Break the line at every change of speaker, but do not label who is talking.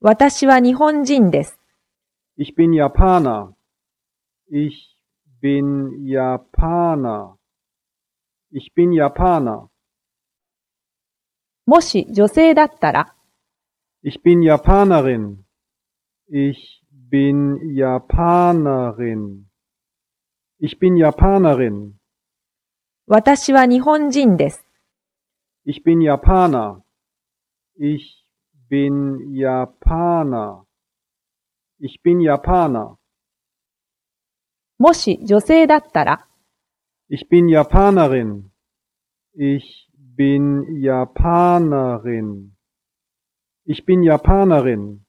私は日本人です。
Ich bin Japaner. Ich bin Japaner. Ich bin Japaner.
もし女性だったら、
Ich bin Japanerin. Ich bin Japanerin. Ich bin Japanerin.
私は日本人です。
Ich bin Japaner. Ich bin Japaner. Ich bin Japaner.
もし女性だったら、
Ich bin Japanerin. Ich bin Japanerin. Ich bin Japanerin.